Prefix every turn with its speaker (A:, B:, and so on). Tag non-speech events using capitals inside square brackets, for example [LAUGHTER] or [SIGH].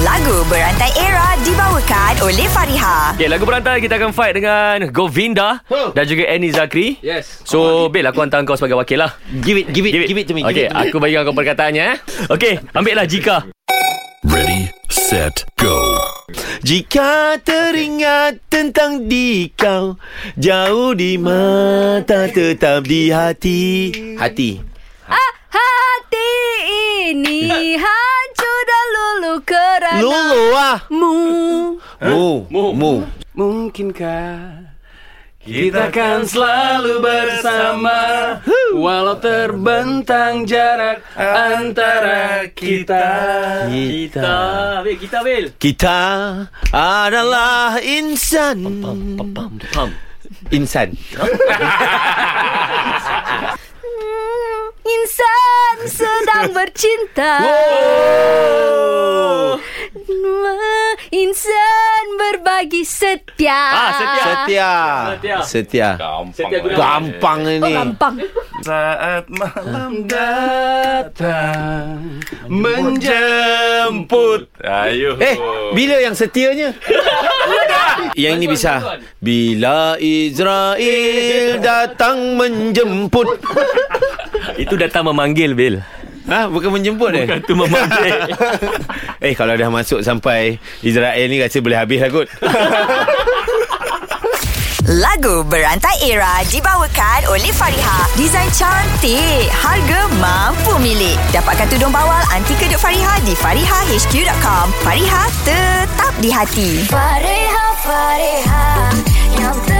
A: Lagu Berantai Era dibawakan oleh Fariha.
B: Okay, Ya, lagu berantai kita akan fight dengan Govinda
C: Huh.
B: dan juga Annie Zakri.
C: Yes.
B: So, Bil, aku hantar kau sebagai wakil lah.
C: Give it, give it, give it to me.
B: Okay,
C: give it to me.
B: aku bagikan kau perkataannya. Eh. Okay, ambillah jika.
D: Ready, set, go.
C: Jika teringat tentang dikau Jauh di mata tetap di hati Hati
E: Hati ini
B: Ya.
E: hancur dan lulu kerana
C: Lulu ah
E: mu.
C: Mu Mu
F: Mungkinkah kita akan selalu bersama Walau terbentang jarak antara kita
C: Kita
B: Bil, kita, Bil.
C: Kita adalah insan Insan
E: Insan
B: [LAUGHS]
E: sedang bercinta Insan berbagi setia
B: Ah, setia.
C: Setia
B: Setia.
C: Setia
B: Setia guna.
C: Gampang
E: Oh,
C: ini
E: gampang
F: datang menjemput
C: Eh, bila yang setianya? yang ini bisa. Bila [LAUGHS] Israel datang [LAUGHS] menjemput.
B: Itu datang memanggil, Bil.
C: Ha, bukan menjemput eh?
B: Itu memanggil.
C: [LAUGHS] Eh, kalau dah masuk sampai Israel ni rasa boleh habis lah kot. [LAUGHS]
A: Lagu Berantai Era dibawakan oleh Fariha. Desain cantik, harga mampu milik. Dapatkan tudung bawal anti kedut Fariha di farihahq.com. Fariha tetap di hati.
E: Fareha, Fareha Yang